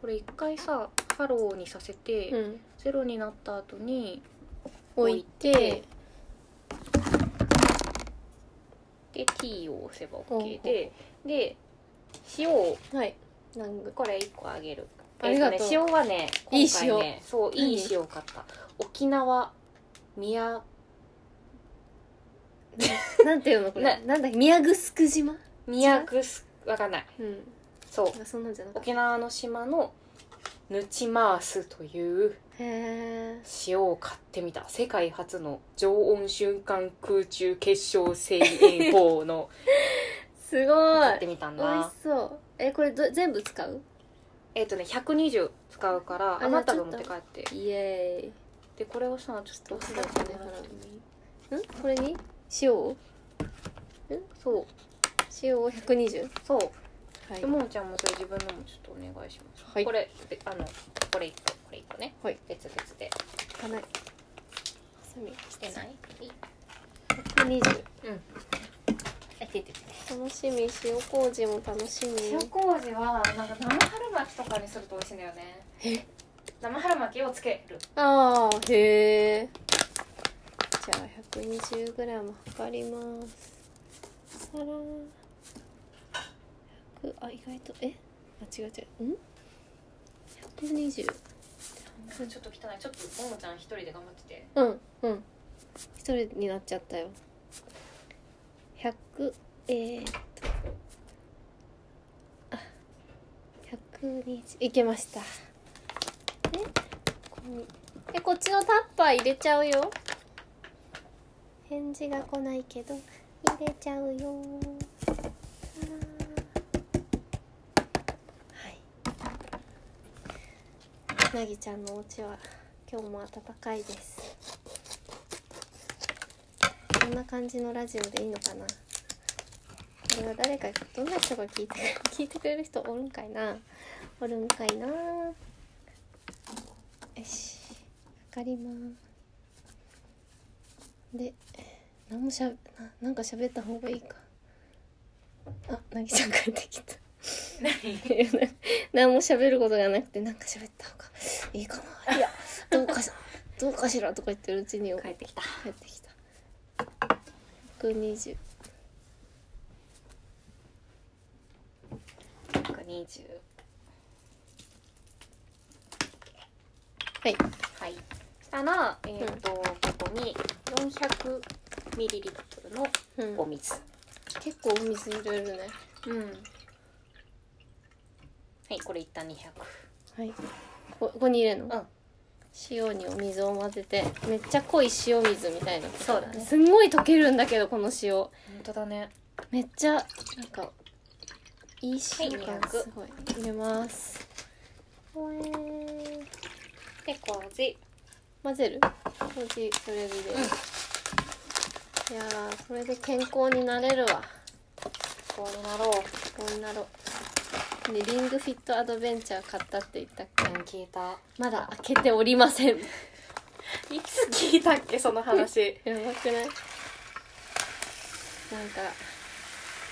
Speaker 1: これ一回さハローにさせて、
Speaker 2: る。うん。
Speaker 1: ゼロになった後に
Speaker 2: 置いて。
Speaker 1: で T を押せば
Speaker 2: ほうほう
Speaker 1: OK でで塩を
Speaker 2: はい。なんか
Speaker 1: これ1個あげる
Speaker 2: ありがとう
Speaker 1: えっね、塩はね
Speaker 2: いい
Speaker 1: 今回ねそういい塩買った沖縄宮
Speaker 2: なんていうのこれ？
Speaker 1: な
Speaker 2: なんだっけ宮城島？
Speaker 1: 宮城すわかんない
Speaker 2: うん。
Speaker 1: そう
Speaker 2: なんかそんなんじゃなかっ
Speaker 1: 沖縄の島のヌチマースという
Speaker 2: た。へえ。
Speaker 1: 塩を買ってみた世界初の常温瞬間空中結晶性 塩法の
Speaker 2: すご
Speaker 1: 買って
Speaker 2: い。
Speaker 1: みたん
Speaker 2: 美味し
Speaker 1: だ
Speaker 2: そう。えこれど全部使う？
Speaker 1: えっ、とね120使うから
Speaker 2: あ
Speaker 1: あなたが持って帰って
Speaker 2: イエーイ。
Speaker 1: でこれをさちょっと
Speaker 2: どうするかねうん？これに塩を？
Speaker 1: そう
Speaker 2: 塩を百二十。
Speaker 1: そう、
Speaker 2: は
Speaker 1: でももちゃんもそれ自分のもちょっとお願いします、
Speaker 2: はい
Speaker 1: これであのこれ一個これ一個ね、
Speaker 2: はい
Speaker 1: 別々で
Speaker 2: かない。ハサミ
Speaker 1: してない
Speaker 2: 百二十。
Speaker 1: えてて
Speaker 2: 楽しみ塩麹も楽しみ。
Speaker 1: 塩麹はなんか生春巻きとかにすると美味しいんだよね生春巻きをつける
Speaker 2: ああへえ。じゃあ百二十グラム測ります。さらー。100あ意外とえあ違う違う。ん？百二十。
Speaker 1: ちょっと汚いちょっとももちゃん一人で頑張ってて
Speaker 2: うんうん一人になっちゃったよ100えー、っとあ120いけましたでここにでこっちのタッパー入れちゃうよ返事が来ないけど入れちゃうよあーはいなぎちゃんのお家は今日も暖かいですこんな感じのラジオでいいのかなこれは誰かどんな人が聞いて聞いてくれる人おるんかいなおるんかいなよしかかりますで何もしゃべななんか喋った方がいいかあなぎちゃん帰ってきた 何も喋ることがなくてなんか喋った方がいいかないやどうかしどうかしらとか言ってるうちに
Speaker 1: 帰ってきた
Speaker 2: 帰ってきた120
Speaker 1: 120
Speaker 2: はい
Speaker 1: はいしたらえっ、
Speaker 2: うん
Speaker 1: と、ここに400ミリリットルの
Speaker 2: うん
Speaker 1: お水
Speaker 2: 結構お水入れるね
Speaker 1: うん、はいこれ一旦200
Speaker 2: はいこここに入れるの、
Speaker 1: ん
Speaker 2: 塩にお水を混ぜてめっちゃ濃い塩水みたいな
Speaker 1: そうだね
Speaker 2: すんごい溶けるんだけどこの塩
Speaker 1: 本当だねめっちゃなんかいい瞬間すごい入れますほえーで麹
Speaker 2: 混ぜる麹それで、いやーそれで健康になれるわ
Speaker 1: こうなろう
Speaker 2: こんなろねリングフィットアドベンチャー買ったって言ったっけ
Speaker 1: 聞いた
Speaker 2: まだ開けておりません
Speaker 1: いつ聞いたっけその話
Speaker 2: やばくないなんか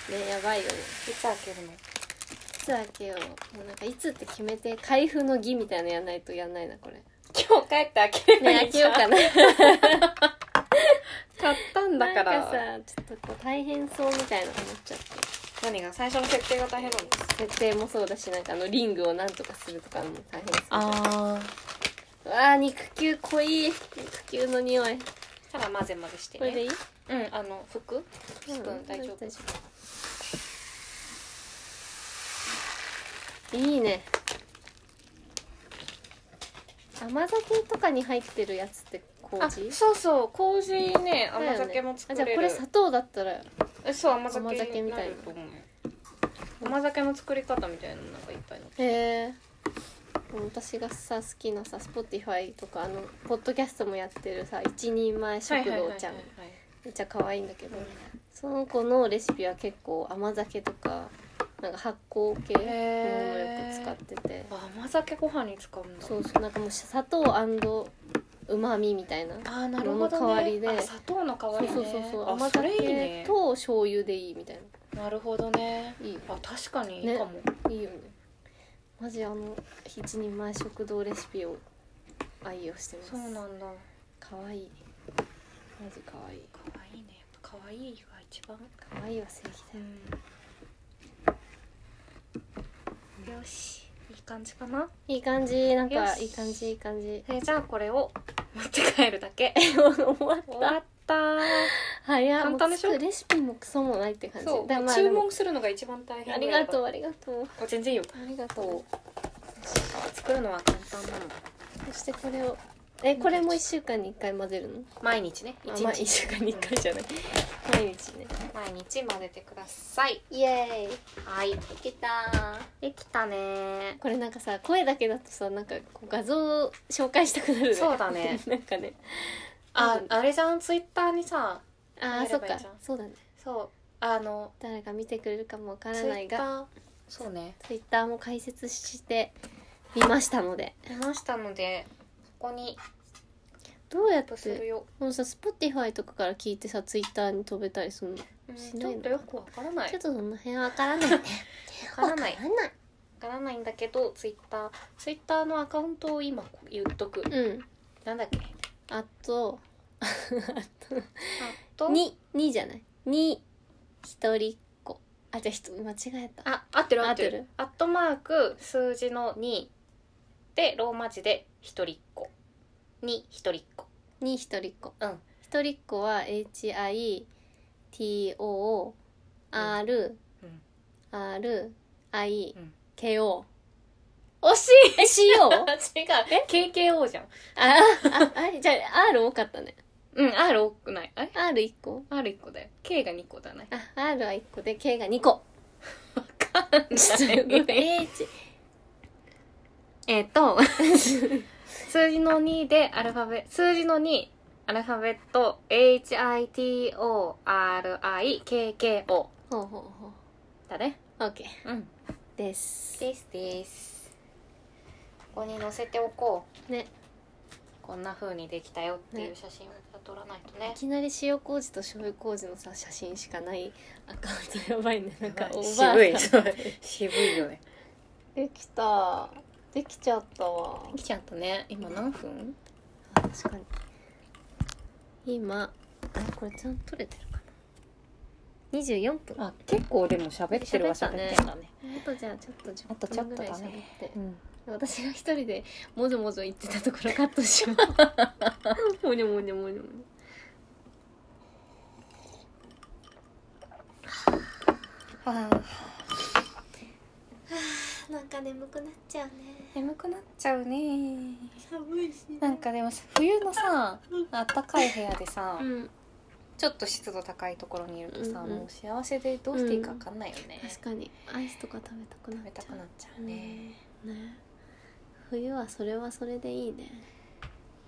Speaker 2: ねやばいよね
Speaker 1: いつ開けるの
Speaker 2: いつ開けようもうなんかいつって決めて開封の儀みたいなのやんないとやんないなこれ
Speaker 1: 今日帰って開ける
Speaker 2: ね開けようか な
Speaker 1: 買ったんだから
Speaker 2: なんかさちょっとこう大変そうみたいな思っちゃって
Speaker 1: 何が最初の設定が大変なの
Speaker 2: 設定もそうだしなんかあのリングをなんとかするとかも大変そうじゃん
Speaker 1: あ
Speaker 2: うわあ肉球濃い肉球の匂い
Speaker 1: ただ混ぜ混ぜして
Speaker 2: これで
Speaker 1: ね
Speaker 2: いい
Speaker 1: うんあの服スプーン大丈夫
Speaker 2: 大丈夫いいね甘酒とかに入ってるやつって
Speaker 1: あ
Speaker 2: 麹
Speaker 1: そうそう麹ね
Speaker 2: だよ
Speaker 1: 甘
Speaker 2: ね
Speaker 1: 酒も作
Speaker 2: あじ
Speaker 1: れる
Speaker 2: ゃあこれ砂糖だったら
Speaker 1: えそう甘
Speaker 2: 甘
Speaker 1: 酒
Speaker 2: 酒
Speaker 1: に
Speaker 2: み
Speaker 1: な
Speaker 2: たい
Speaker 1: る
Speaker 2: な
Speaker 1: と思うよ甘酒の作り方みたいなのなんかいっぱいの
Speaker 2: へえ私がさ好きなさ Spotify とかあのポッドキャストもやってるさ一人前食堂ちゃん
Speaker 1: はいはい
Speaker 2: めっちゃ可愛いんだけど
Speaker 1: はいはい
Speaker 2: その子のレシピは結構甘酒とかなんか発酵系のものをよく使ってて
Speaker 1: あ甘酒ご飯に使うんだ
Speaker 2: そうそうなんかもう砂糖うまみみたいな
Speaker 1: あーなるほど、ね、
Speaker 2: の代わりで
Speaker 1: あ砂糖の代わ
Speaker 2: そ
Speaker 1: りね
Speaker 2: うそうそうそう
Speaker 1: あ
Speaker 2: 甘
Speaker 1: それいい
Speaker 2: 酒
Speaker 1: ね
Speaker 2: と醤油でいいみたい
Speaker 1: なるほどね
Speaker 2: ないいよ
Speaker 1: あ確かにいいかも、
Speaker 2: いいよねマジあの一人前食堂レシピを愛用してます
Speaker 1: そうなんだ
Speaker 2: かわいいマジかわいい
Speaker 1: 可愛いねやっぱ可愛いが一番
Speaker 2: かわいいは正義だよ
Speaker 1: よしいい感じかない
Speaker 2: い感じなん
Speaker 1: よ
Speaker 2: か
Speaker 1: し
Speaker 2: いい感じいい感じ
Speaker 1: えじゃあこれを持って帰るだけ
Speaker 2: 終わっ
Speaker 1: 終
Speaker 2: た
Speaker 1: わった
Speaker 2: 早
Speaker 1: 簡単でしょ
Speaker 2: もう作るレシピもクソもないって感じ
Speaker 1: そう、
Speaker 2: だまあ
Speaker 1: 注文するのが一番大
Speaker 2: で
Speaker 1: 変
Speaker 2: もありがと
Speaker 1: う
Speaker 2: うありがとう
Speaker 1: 全然いいよ
Speaker 2: ありがとう
Speaker 1: 作るのは簡単なの
Speaker 2: そしてこれをえこれも1週間に1回混ぜるの
Speaker 1: 毎日ね
Speaker 2: あ
Speaker 1: 一
Speaker 2: まあ一
Speaker 1: 日
Speaker 2: 週間に1回じゃない毎日ね
Speaker 1: 毎日混ぜてください
Speaker 2: イエーイ
Speaker 1: はい
Speaker 2: できた
Speaker 1: できたね
Speaker 2: これなんかさ声だけだとさなんかこう画像を紹介したくなるね
Speaker 1: そうだね
Speaker 2: なんかね
Speaker 1: ああれじゃんツイッターにさ
Speaker 2: あ
Speaker 1: 見
Speaker 2: あ
Speaker 1: れ
Speaker 2: そっ
Speaker 1: ばいい
Speaker 2: か
Speaker 1: じゃん
Speaker 2: そうだね
Speaker 1: そうあの
Speaker 2: 誰が見てくれるかもわか
Speaker 1: ツ
Speaker 2: ら
Speaker 1: イ
Speaker 2: ない
Speaker 1: ッタ
Speaker 2: が
Speaker 1: ーそうね
Speaker 2: ツイッターも開設してみましたので
Speaker 1: 出ましたのでここに
Speaker 2: どうやっ
Speaker 1: アップする
Speaker 2: て
Speaker 1: よ、
Speaker 2: もうさ Spotify とかから聞いてさツイッターに飛べたりするの、
Speaker 1: うん
Speaker 2: し
Speaker 1: ち
Speaker 2: ない
Speaker 1: ょっ
Speaker 2: の
Speaker 1: とよくわからない
Speaker 2: ち
Speaker 1: わ
Speaker 2: ょっとその辺わか らないね
Speaker 1: からない
Speaker 2: わない
Speaker 1: からないんだけどツイッターツイッターのアカウントを今言っとく
Speaker 2: うん
Speaker 1: なんだっけ
Speaker 2: あと
Speaker 1: あと
Speaker 2: ににじゃないに一人っ子あじゃあ人間違えた
Speaker 1: あ合ってる合ってるア
Speaker 2: 合ってる
Speaker 1: ットマーク数字の2でローマ字で一人っ子に一人っ 子
Speaker 2: に一人っ子
Speaker 1: うん
Speaker 2: 一人っ子は HITORRIIKO
Speaker 1: うんん
Speaker 2: 惜しいえ CO?
Speaker 1: 違う KKO じゃん
Speaker 2: あああじゃあ R 多かったね
Speaker 1: うん R 多くないあれ
Speaker 2: R1 個
Speaker 1: R1 個だよ K が2個だね
Speaker 2: あ R は1個で K が2個
Speaker 1: ちょっとごめん
Speaker 2: H
Speaker 1: えっと 数字の2でアルファベ数字の2アルファベット HITORIKKO
Speaker 2: ほうほうほ
Speaker 1: だね
Speaker 2: う OK
Speaker 1: うん
Speaker 2: です
Speaker 1: ですですここに載せておこう
Speaker 2: ね
Speaker 1: こんな風にできたよっていう写真を撮らないとね
Speaker 2: いきなり塩麹と醤油麹のさ写真しかないアカウントやばいねなんかおばあさん
Speaker 1: 渋いよね
Speaker 2: できたできちゃったわ
Speaker 1: できちゃったね今何分
Speaker 2: 確かに今あこれちゃんと撮れてるかな24分
Speaker 1: あ結構でも喋ってるは
Speaker 2: 喋っ
Speaker 1: 喋
Speaker 2: たね
Speaker 1: ってんだね
Speaker 2: あとじゃあちょっと
Speaker 1: あとちょ
Speaker 2: 10
Speaker 1: っとだ
Speaker 2: 分ぐら
Speaker 1: ね
Speaker 2: い喋って
Speaker 1: うん
Speaker 2: 私が一人でもぞもぞ言ってたところカットしようもにょもにょもにょもにょ
Speaker 1: あ
Speaker 2: なんか眠くなっちゃうね
Speaker 1: 眠くなっちゃうね
Speaker 2: 寒いし
Speaker 1: なんかでもさ冬のさあったかい部屋でさ、
Speaker 2: うん
Speaker 1: ちょっと湿度高いところにいるとさ、
Speaker 2: うんうん
Speaker 1: もう幸せでどうしていいか分かんないよね、
Speaker 2: 確かにアイスとか食べたくな
Speaker 1: 食べ
Speaker 2: っち
Speaker 1: たく
Speaker 2: ゃ
Speaker 1: なっちゃう
Speaker 2: う
Speaker 1: ね、
Speaker 2: うんね冬はそれはそれでいいね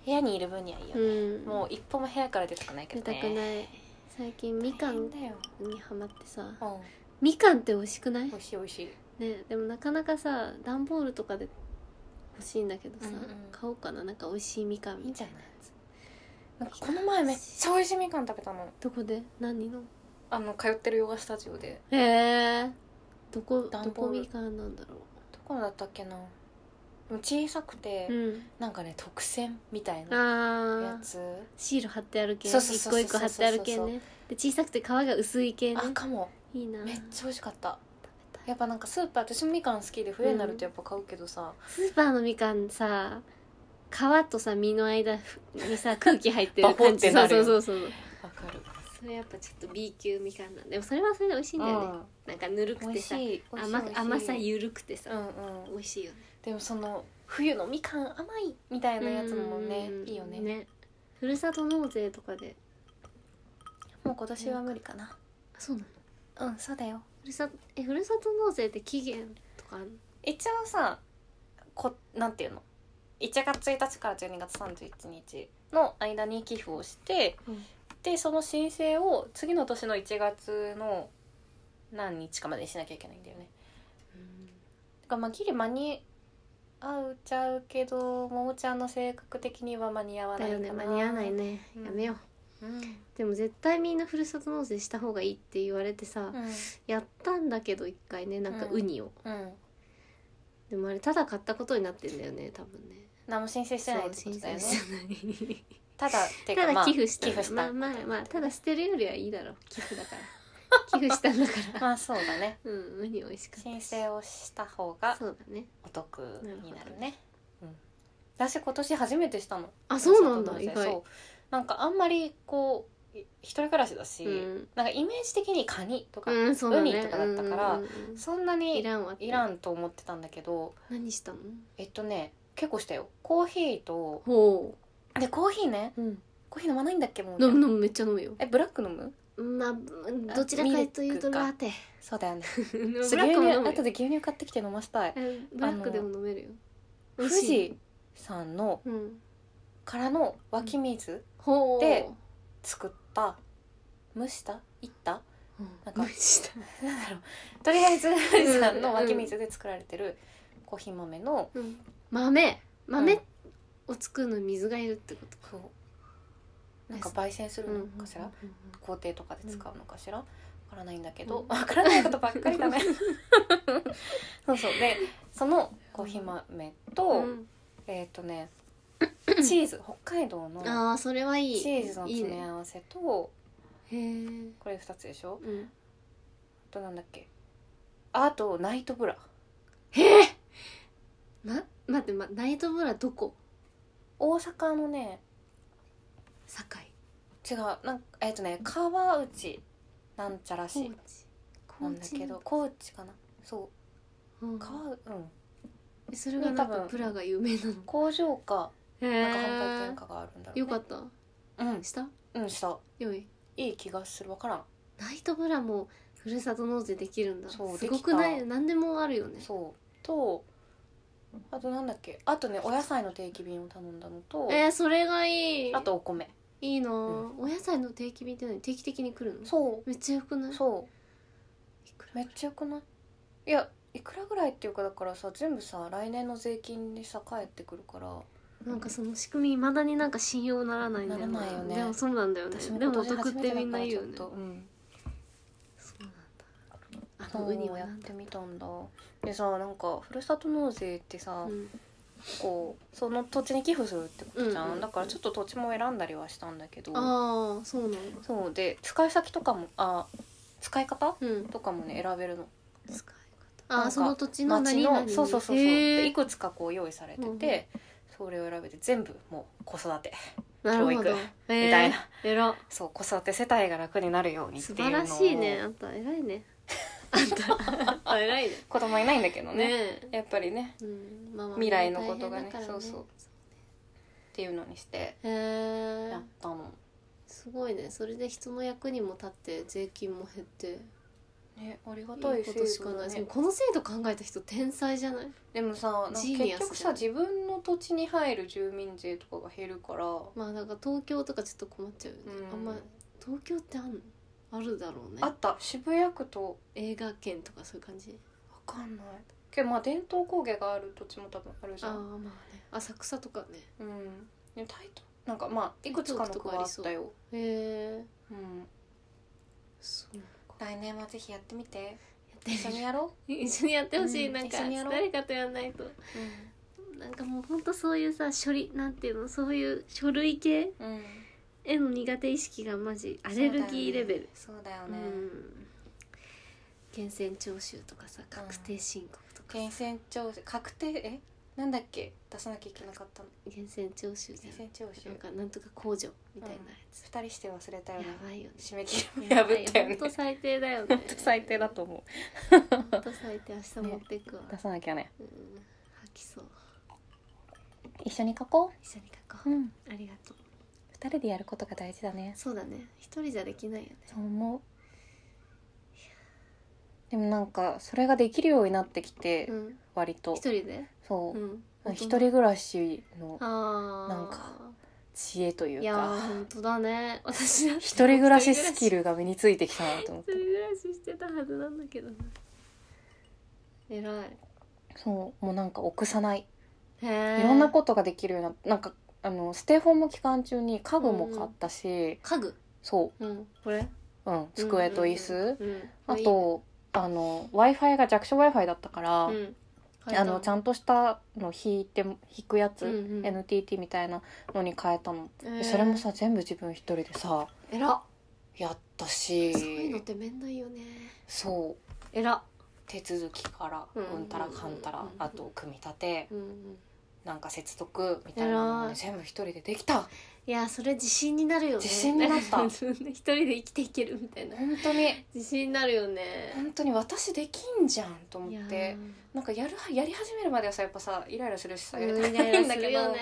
Speaker 1: 部屋にいる分にはいいよ
Speaker 2: う
Speaker 1: ね、
Speaker 2: ん
Speaker 1: もう一歩も部屋から出たくないけ
Speaker 2: 出
Speaker 1: ど
Speaker 2: た
Speaker 1: ね
Speaker 2: くない最近みかん
Speaker 1: 大変だよ、
Speaker 2: にハマってさ
Speaker 1: うん、
Speaker 2: みかんって美味しくない
Speaker 1: 美味しい美味しい
Speaker 2: ねでもなかなかさ段ボールとかで欲しいんだけどさ、
Speaker 1: うんうん
Speaker 2: 買おうかななんか美味しいみかん
Speaker 1: いい
Speaker 2: み
Speaker 1: んじ
Speaker 2: た
Speaker 1: ゃ
Speaker 2: い
Speaker 1: ない
Speaker 2: なやつ
Speaker 1: なんかこの前めっちゃ美味しいみかん食べたの
Speaker 2: どこで何の
Speaker 1: あの通ってるヨガスタジオで
Speaker 2: へえどこ
Speaker 1: 段
Speaker 2: ど
Speaker 1: ボ
Speaker 2: こ
Speaker 1: ール
Speaker 2: みかんなんだろ
Speaker 1: どこのだったっけなでも小さくて、
Speaker 2: ううん
Speaker 1: なんかね特選みたいなや
Speaker 2: あー
Speaker 1: つ
Speaker 2: シール貼ってある系
Speaker 1: そうそう
Speaker 2: 一
Speaker 1: そう
Speaker 2: 個
Speaker 1: そう
Speaker 2: 一個貼ってある系ねで小さくて皮が薄い系ね
Speaker 1: あかも
Speaker 2: いいな
Speaker 1: めっちゃ美味しかった
Speaker 2: 食べた
Speaker 1: や
Speaker 2: い
Speaker 1: っぱなんかスーパー私もみかん好きで冬になるとやっぱ買うけどさ、
Speaker 2: スーパーのみかんさ皮とさ実の間 にさ空気入ってる感じ
Speaker 1: バコってな
Speaker 2: そう
Speaker 1: る
Speaker 2: そ
Speaker 1: よ
Speaker 2: うそうそう
Speaker 1: わかる
Speaker 2: それやっぱちょっと B 級みかんなんでもそれはそれで美味しいんだよね、なんかぬる
Speaker 1: うん
Speaker 2: く
Speaker 1: 美
Speaker 2: て
Speaker 1: 味
Speaker 2: さ
Speaker 1: しい
Speaker 2: 甘く甘さ
Speaker 1: う
Speaker 2: ゆるくて
Speaker 1: うんう
Speaker 2: さ、
Speaker 1: ん
Speaker 2: 美味しいよね
Speaker 1: でもその冬のみかん甘いみたいなやつもね
Speaker 2: うん
Speaker 1: いいよね
Speaker 2: ふるさと納税とかで
Speaker 1: もう今年は無理かな
Speaker 2: あそうなの
Speaker 1: うんそうだよ
Speaker 2: ふるさえふるさと納税って期限とかあるの
Speaker 1: 一応さこなんていうの1月1日から12月31日の間に寄付をして、
Speaker 2: うん
Speaker 1: でその申請を次の年の1月の何日かまでにしなきゃいけないんだよね。だからまあギリ間に合うちゃうけどももちゃんの性格的には間に合わな
Speaker 2: だ
Speaker 1: いか
Speaker 2: よ
Speaker 1: な
Speaker 2: ね間に合わない、ね、
Speaker 1: うん
Speaker 2: やめよ
Speaker 1: う
Speaker 2: う
Speaker 1: ん
Speaker 2: でも絶対みんなふるさと納税した方がいいって言われてさ、
Speaker 1: う
Speaker 2: やったんだけど一回ねなんか
Speaker 1: うん
Speaker 2: ウニを、
Speaker 1: んうん、
Speaker 2: でもあれただ買ったことになってんだよね多分ね
Speaker 1: 何も申請してない
Speaker 2: そ
Speaker 1: って
Speaker 2: う
Speaker 1: こと
Speaker 2: 申
Speaker 1: だよ
Speaker 2: 請
Speaker 1: ね
Speaker 2: してない
Speaker 1: ただっていうか
Speaker 2: た
Speaker 1: ま
Speaker 2: だ
Speaker 1: あ
Speaker 2: 寄付した,、
Speaker 1: 寄付した
Speaker 2: まあまあまあただ捨てるよりはいいだろう寄付だから寄付したんだから
Speaker 1: まあそうだ ね
Speaker 2: うんウニ美味しかった
Speaker 1: 申請をした方が
Speaker 2: そうだね
Speaker 1: お得になるね。うん私今年初めてしたの。
Speaker 2: あそうなんだ
Speaker 1: ふる
Speaker 2: 意
Speaker 1: さと納税
Speaker 2: 外
Speaker 1: そうなんかあんまりこうい一人暮らしだし、
Speaker 2: うん
Speaker 1: なんかイメージ的にカニとか、
Speaker 2: うんそうだね
Speaker 1: ウニとかだったから
Speaker 2: うんうんうん
Speaker 1: そんな
Speaker 2: うんい
Speaker 1: に
Speaker 2: らんわって
Speaker 1: いらんと思ってたんだけど、
Speaker 2: 何したの
Speaker 1: えっとね結構したよ。コーヒーと
Speaker 2: ほ
Speaker 1: でコーヒーね
Speaker 2: う、うん、
Speaker 1: コーヒー飲まないんだっけもうね、
Speaker 2: 飲む飲むめっちゃ飲むよ
Speaker 1: えブラック飲む？
Speaker 2: まあどちらかというと
Speaker 1: ミルクか
Speaker 2: ラテ
Speaker 1: そうだよね。
Speaker 2: ブラ
Speaker 1: 牛
Speaker 2: ッ
Speaker 1: 乳
Speaker 2: クも飲むよ
Speaker 1: 後で牛乳買ってきて飲ませたい。
Speaker 2: えブラックでも飲めるよ美
Speaker 1: 富
Speaker 2: 味しい
Speaker 1: 士さんの
Speaker 2: うん
Speaker 1: からの湧き水
Speaker 2: ほう
Speaker 1: で作った蒸したいったなんか
Speaker 2: 無した
Speaker 1: なんだろうとりあえず富士山の湧き水で作られてるコーヒー豆の
Speaker 2: うん豆豆を作るのに水がいるってこと
Speaker 1: こうなんか焙煎するのかしら、
Speaker 2: うんうん
Speaker 1: 工程とかで使うのかしらわからないんだけど、わからないことばっかりだ ねそうそうでそのコーヒー豆と、
Speaker 2: うん
Speaker 1: えっ、とねチーズ北海道の
Speaker 2: ああそれはいい
Speaker 1: チーズの
Speaker 2: いい
Speaker 1: 詰め
Speaker 2: ね
Speaker 1: 合わせと
Speaker 2: へえ
Speaker 1: これ2つでしょ
Speaker 2: うん
Speaker 1: あとなんだっけああとナイトブラ
Speaker 2: へえな待ってまナイトブラどこ
Speaker 1: 大阪のね
Speaker 2: 堺
Speaker 1: 違うなんかえっ、とね川内なんちゃら
Speaker 2: 高
Speaker 1: 市
Speaker 2: 知
Speaker 1: なんだけど高知かなそう
Speaker 2: うん
Speaker 1: 川うん
Speaker 2: えそれがなん
Speaker 1: 多
Speaker 2: か
Speaker 1: 分
Speaker 2: プラが有 名なの
Speaker 1: 工場か
Speaker 2: へ
Speaker 1: なんか販売
Speaker 2: え
Speaker 1: 店かがあるんだろう、ね、
Speaker 2: よかった
Speaker 1: う
Speaker 2: した
Speaker 1: んうんした
Speaker 2: よい
Speaker 1: いい気がするわからん
Speaker 2: ナイトブラもふるさと納税できるんだす
Speaker 1: そう
Speaker 2: ごくな
Speaker 1: でき
Speaker 2: い何でもあるよね
Speaker 1: そうとあとなんだっけあとねお野菜の定期便を頼んだのと、
Speaker 2: えー、それがいい
Speaker 1: あとお米
Speaker 2: いいなあ、
Speaker 1: う
Speaker 2: お野菜の定期便って何定期的に来るの
Speaker 1: そ
Speaker 2: めっちゃよくないう
Speaker 1: そ
Speaker 2: いく
Speaker 1: うめ
Speaker 2: ら
Speaker 1: っちゃよくないいやいくらぐらいっていうかだからさ全部さ来年の税金にさ返ってくるから
Speaker 2: なんかその仕組みいまだになんか信用ならないんだよ
Speaker 1: ならないよね
Speaker 2: でもそうなんだよね
Speaker 1: 私も
Speaker 2: で
Speaker 1: 今
Speaker 2: もお
Speaker 1: 年
Speaker 2: 得っ
Speaker 1: 初め
Speaker 2: て
Speaker 1: だ
Speaker 2: み
Speaker 1: か
Speaker 2: んな
Speaker 1: ら
Speaker 2: 言う
Speaker 1: ちょ
Speaker 2: よ
Speaker 1: っ
Speaker 2: ね
Speaker 1: とうん
Speaker 2: そうなんだあ
Speaker 1: そ
Speaker 2: のウニ
Speaker 1: う
Speaker 2: は
Speaker 1: や
Speaker 2: な
Speaker 1: っ
Speaker 2: んだ
Speaker 1: てみたんだでさなんかふるさと納税ってさ、
Speaker 2: うん
Speaker 1: こうその土地に寄付するってことじゃん、
Speaker 2: うんうん
Speaker 1: だからちょっと土地も選んだりはしたんだけど
Speaker 2: ああそうなんだ
Speaker 1: そうで使い先とかもあ使い方
Speaker 2: うん
Speaker 1: とかもね選べるの
Speaker 2: 使い方
Speaker 1: なん
Speaker 2: あ
Speaker 1: か
Speaker 2: あその土地の
Speaker 1: 町
Speaker 2: 何々
Speaker 1: のそうそうそうそう
Speaker 2: へ
Speaker 1: で
Speaker 2: え
Speaker 1: いくつかこう用意されてて、それを選べて全部もう子育て
Speaker 2: なるほど
Speaker 1: 教育
Speaker 2: へえ
Speaker 1: みたいな
Speaker 2: 偉っ
Speaker 1: そう子育て世帯が楽になるようにって
Speaker 2: 素
Speaker 1: いう
Speaker 2: 晴
Speaker 1: の
Speaker 2: ら
Speaker 1: を
Speaker 2: しいねあんた偉いねあんたあ んた偉いね
Speaker 1: 子供いないんだけどね
Speaker 2: ねえ
Speaker 1: やっぱりね
Speaker 2: うんまあまあ
Speaker 1: 未来のことがね
Speaker 2: 大変だから
Speaker 1: そうそうっていうのにして
Speaker 2: へえ
Speaker 1: やったの、
Speaker 2: すすごいねそれで人の役にも立って税金も減って
Speaker 1: ねありが
Speaker 2: い
Speaker 1: たい
Speaker 2: いことし
Speaker 1: 制
Speaker 2: か
Speaker 1: 度
Speaker 2: な
Speaker 1: だ
Speaker 2: い、
Speaker 1: ね
Speaker 2: でもこの制度考えた人天才じゃない
Speaker 1: でもさなんか
Speaker 2: ジーニア
Speaker 1: 結
Speaker 2: スだ
Speaker 1: 局さ自分の土地に入る住民税とかが減るから
Speaker 2: まあなんか東京とかちょっと困っちゃうよね、
Speaker 1: うん
Speaker 2: あんま東京ってあんのあるだろうね
Speaker 1: あった渋谷区と
Speaker 2: 映画圏とかそういう感じ
Speaker 1: わかんないけどまあ伝統工芸がある土地も多分あるじ
Speaker 2: あ
Speaker 1: ゃ
Speaker 2: あ
Speaker 1: ん
Speaker 2: まあね浅草とかね
Speaker 1: うんで台東なんかまあいくつかの区はあったよ
Speaker 2: へえ
Speaker 1: うん
Speaker 2: そう
Speaker 1: 来年はぜひやってみて
Speaker 2: やってみ
Speaker 1: 一緒にやろ
Speaker 2: る一緒にやってほしい、
Speaker 1: うん
Speaker 2: なんか
Speaker 1: 一緒にやろう
Speaker 2: 誰かとやんないと
Speaker 1: う
Speaker 2: なんかもうほんとそういうさ処理なんていうのそういう書類系
Speaker 1: うん、うん、
Speaker 2: への苦手意識がマジアレルギーレベル
Speaker 1: そうだよ
Speaker 2: う,、
Speaker 1: ね
Speaker 2: ん源泉徴収とかさ確定申告とかさ、
Speaker 1: 源泉徴収確定えなんだっけ出さなきゃいけなかったの
Speaker 2: 源泉徴収じゃん
Speaker 1: 源泉徴収
Speaker 2: なんかなんとか控除みたいなやつ、
Speaker 1: 二人して忘れたよ
Speaker 2: や
Speaker 1: ね
Speaker 2: ばいよね
Speaker 1: 締め切りも破ったよね
Speaker 2: 本当最低だよね
Speaker 1: 本当最低だと思う
Speaker 2: 本当最低明日持ってくわ、
Speaker 1: 出さなきゃね
Speaker 2: うん吐きそう
Speaker 1: 一緒に書こ
Speaker 2: 一緒に書こ
Speaker 1: う
Speaker 2: う、
Speaker 1: ん
Speaker 2: ありがとう
Speaker 1: 二人でやることが大事だね
Speaker 2: そうだね一人じゃできないよね
Speaker 1: そう思うでもなんかそれができるようになってきて
Speaker 2: うん
Speaker 1: 割と
Speaker 2: 一人で
Speaker 1: そううん一人暮らしの
Speaker 2: ああ
Speaker 1: なんか知恵とい
Speaker 2: いうや
Speaker 1: か
Speaker 2: ー本当だね私だって
Speaker 1: 一人暮らしスキ
Speaker 2: ル
Speaker 1: ルが身についてきたなと思っ
Speaker 2: 一人
Speaker 1: て
Speaker 2: 暮らししてたはずなんだけどな偉い
Speaker 1: そうもうなんか臆さない
Speaker 2: へえ
Speaker 1: いろんなことができるようになってなんかあのステイホーム期間中に家具も買ったし、
Speaker 2: 家具
Speaker 1: そ
Speaker 2: うんこれ
Speaker 1: う、うん、机と椅子、
Speaker 2: うんうんうん
Speaker 1: あとあの w i f i が弱小 w i f i だったから、
Speaker 2: うん
Speaker 1: あのちゃんとしたの引いて引くやつ、
Speaker 2: うんうん
Speaker 1: NTT みたいなのに変えたの、
Speaker 2: えー
Speaker 1: それもさ全部自分一人でさ
Speaker 2: えら
Speaker 1: やったし
Speaker 2: そういうのってめんどいよね
Speaker 1: そう
Speaker 2: えら
Speaker 1: 手続きから
Speaker 2: うんうんうん
Speaker 1: うんたらかんたら、あと組み立て
Speaker 2: うんうん
Speaker 1: なんか接続みたいなのもね
Speaker 2: 偉い
Speaker 1: 全部一人でできた
Speaker 2: いやそれ自信になるよね
Speaker 1: 自信になった
Speaker 2: 自分で一人で生きていけるみたいな
Speaker 1: 本当に
Speaker 2: 自信になるよね
Speaker 1: 本当に私できんじゃんと思
Speaker 2: いや
Speaker 1: っ
Speaker 2: ー
Speaker 1: てなんかやるやり始めるまではさやっぱさイライラするしさやり
Speaker 2: うん
Speaker 1: た
Speaker 2: イ
Speaker 1: く
Speaker 2: ラ
Speaker 1: ない
Speaker 2: イラ
Speaker 1: んだ
Speaker 2: す
Speaker 1: け
Speaker 2: る
Speaker 1: ど
Speaker 2: よ ね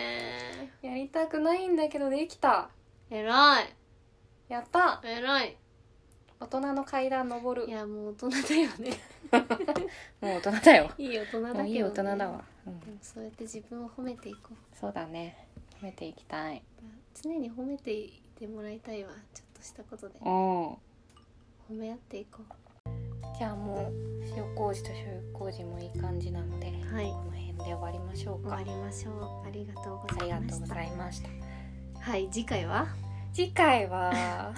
Speaker 1: やりたくないんだけどできた
Speaker 2: えらい
Speaker 1: やった
Speaker 2: えらい
Speaker 1: 大人の階段登る
Speaker 2: いやもう大人だよね
Speaker 1: もう大人だよ
Speaker 2: いい大人だけど、
Speaker 1: もう
Speaker 2: ね、
Speaker 1: いい大人だわ、うん、
Speaker 2: でもそうやって自分を褒めていこう
Speaker 1: そうだね褒めていきたい
Speaker 2: 常に褒めていてもらいたいわちょっとしたことで
Speaker 1: うん
Speaker 2: 褒め合っていこう
Speaker 1: じゃあもう塩麹と塩麹もいい感じなので、
Speaker 2: はい
Speaker 1: この辺で終わりましょう
Speaker 2: 終
Speaker 1: か
Speaker 2: わりましょうありがとうご
Speaker 1: あ
Speaker 2: ざ
Speaker 1: り
Speaker 2: い
Speaker 1: が
Speaker 2: ま
Speaker 1: とう
Speaker 2: し
Speaker 1: ご
Speaker 2: た
Speaker 1: ざいました
Speaker 2: はい次回は
Speaker 1: 次回 は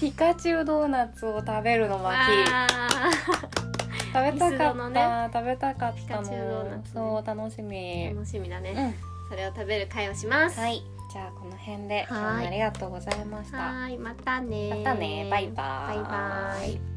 Speaker 1: ピカチュウドーナツを食べるの巻
Speaker 2: わ
Speaker 1: 食べたか
Speaker 2: ミスド
Speaker 1: った、
Speaker 2: のね
Speaker 1: 食べたかっ
Speaker 2: ピ
Speaker 1: た
Speaker 2: カ
Speaker 1: の
Speaker 2: チュウドーナツね
Speaker 1: そう楽し
Speaker 2: ー
Speaker 1: み、
Speaker 2: 楽しみだね、
Speaker 1: うん
Speaker 2: それを食べる会をします
Speaker 1: はいじゃあこの辺で
Speaker 2: い
Speaker 1: 今日もありがとうございました
Speaker 2: はーいまたねー
Speaker 1: またねバイバーイ
Speaker 2: バイバーイ